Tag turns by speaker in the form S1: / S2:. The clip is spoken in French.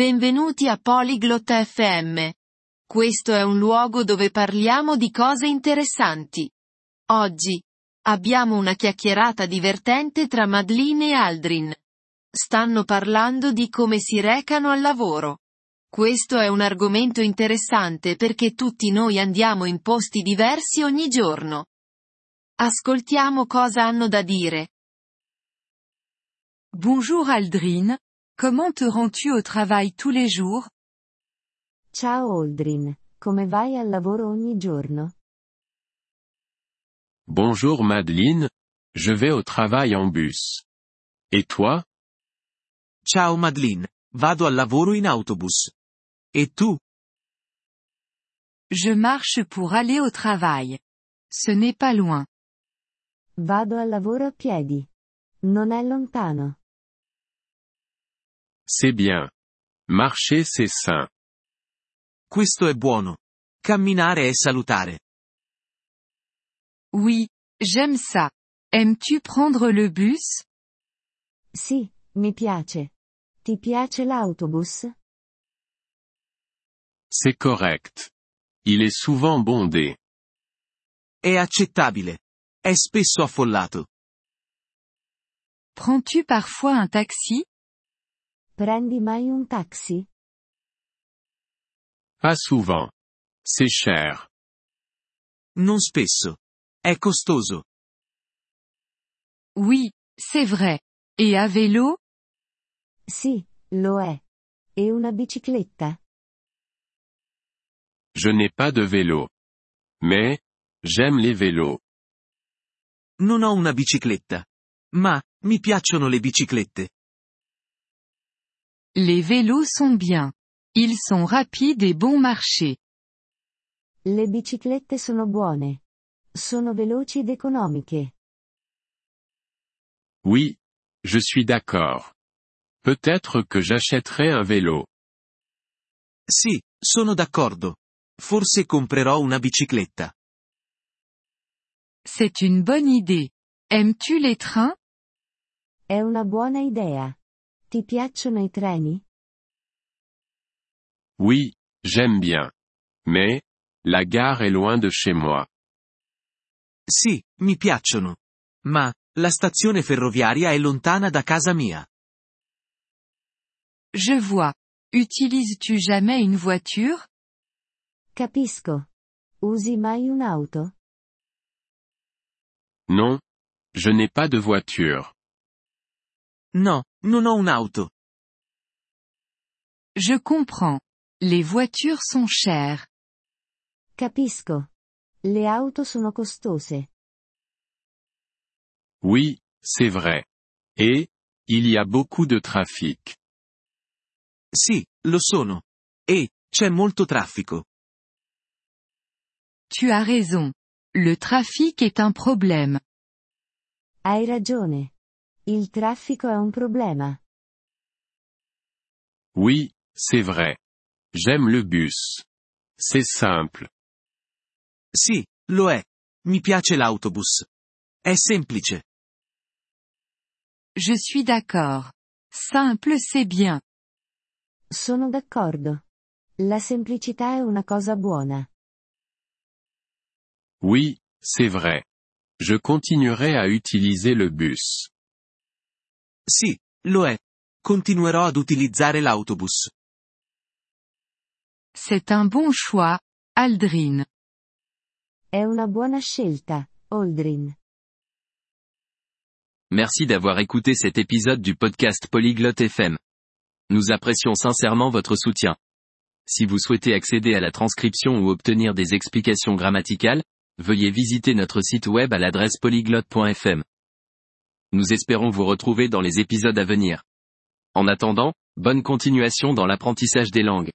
S1: Benvenuti a Polyglot FM. Questo è un luogo dove parliamo di cose interessanti. Oggi abbiamo una chiacchierata divertente tra Madeline e Aldrin. Stanno parlando di come si recano al lavoro. Questo è un argomento interessante perché tutti noi andiamo in posti diversi ogni giorno. Ascoltiamo cosa hanno da dire.
S2: Bonjour Aldrin, comment te rends-tu au travail tous les jours
S3: Ciao Aldrin, come vai al lavoro ogni giorno?
S4: Bonjour Madeleine, je vais au travail en bus. Et toi
S5: Ciao Madeline, vado al lavoro in autobus. E tu?
S2: Je marche pour aller au travail. Ce n'est pas loin.
S3: Vado al lavoro a piedi. Non è lontano.
S4: C'est bien. Marcher c'est sain.
S5: Questo è buono. Camminare è salutare.
S2: Oui, j'aime ça. Aimes-tu prendre le bus
S3: Sì, mi piace. Ti piace l'autobus?
S4: C'est correct. Il est souvent bondé.
S5: È accettabile. È spesso affollato.
S2: Prends-tu parfois un taxi
S3: Prendi mai un taxi?
S4: Pas souvent. C'est cher.
S5: Non spesso. È costoso.
S2: Oui, c'est vrai. Et à vélo
S3: Sì, lo è. E una bicicletta?
S4: Je n'ai pas de vélo. Mais, j'aime les vélos.
S5: Non ho una bicicletta. Ma, mi piacciono le biciclette.
S2: Les vélos sont bien. Ils sont rapides et bon marché.
S3: Le biciclette sono buone. Sono veloci ed economiche.
S4: Oui. Je suis d'accord. Peut-être que j'achèterai un vélo.
S5: Sì, sono d'accordo. Forse comprerò una bicicletta.
S2: C'est une bonne idée. Aimes-tu les trains
S3: È una buona idea. Ti piacciono i treni?
S4: Oui, j'aime bien. Mais, la gare est loin de chez moi.
S5: Sì, mi piacciono. Ma, la stazione ferroviaria è lontana da casa mia.
S2: Je vois. Utilises-tu jamais une voiture
S3: Capisco. Usi mai un'auto?
S4: Non. Je n'ai pas de voiture.
S5: No, non ho un'auto.
S2: Je comprends. Les voitures sont chères.
S3: Capisco. Le auto sono costose.
S4: Oui, c'est vrai. Et, il y a beaucoup de trafic.
S5: Sì, lo sono. E, c'è molto traffico.
S2: Tu as raison. Le trafic est un problème.
S3: Hai ragione. Il traffico è un problema.
S4: Oui, c'est vrai. J'aime le bus. C'est simple.
S5: Sì, lo è. Mi piace l'autobus. È semplice.
S2: Je suis d'accord. Simple c'est bien.
S3: Sono d'accordo. La semplicità è una cosa buona.
S4: Oui, c'est vrai. Je continuerai à utiliser le bus.
S5: Sì, lo è. Continuerò ad utilizzare l'autobus.
S2: C'est un bon choix, Aldrin.
S3: È una buona scelta, Aldrin.
S6: Merci d'avoir écouté cet épisode du podcast Polyglotte FM. Nous apprécions sincèrement votre soutien. Si vous souhaitez accéder à la transcription ou obtenir des explications grammaticales, veuillez visiter notre site web à l'adresse polyglotte.fm. Nous espérons vous retrouver dans les épisodes à venir. En attendant, bonne continuation dans l'apprentissage des langues.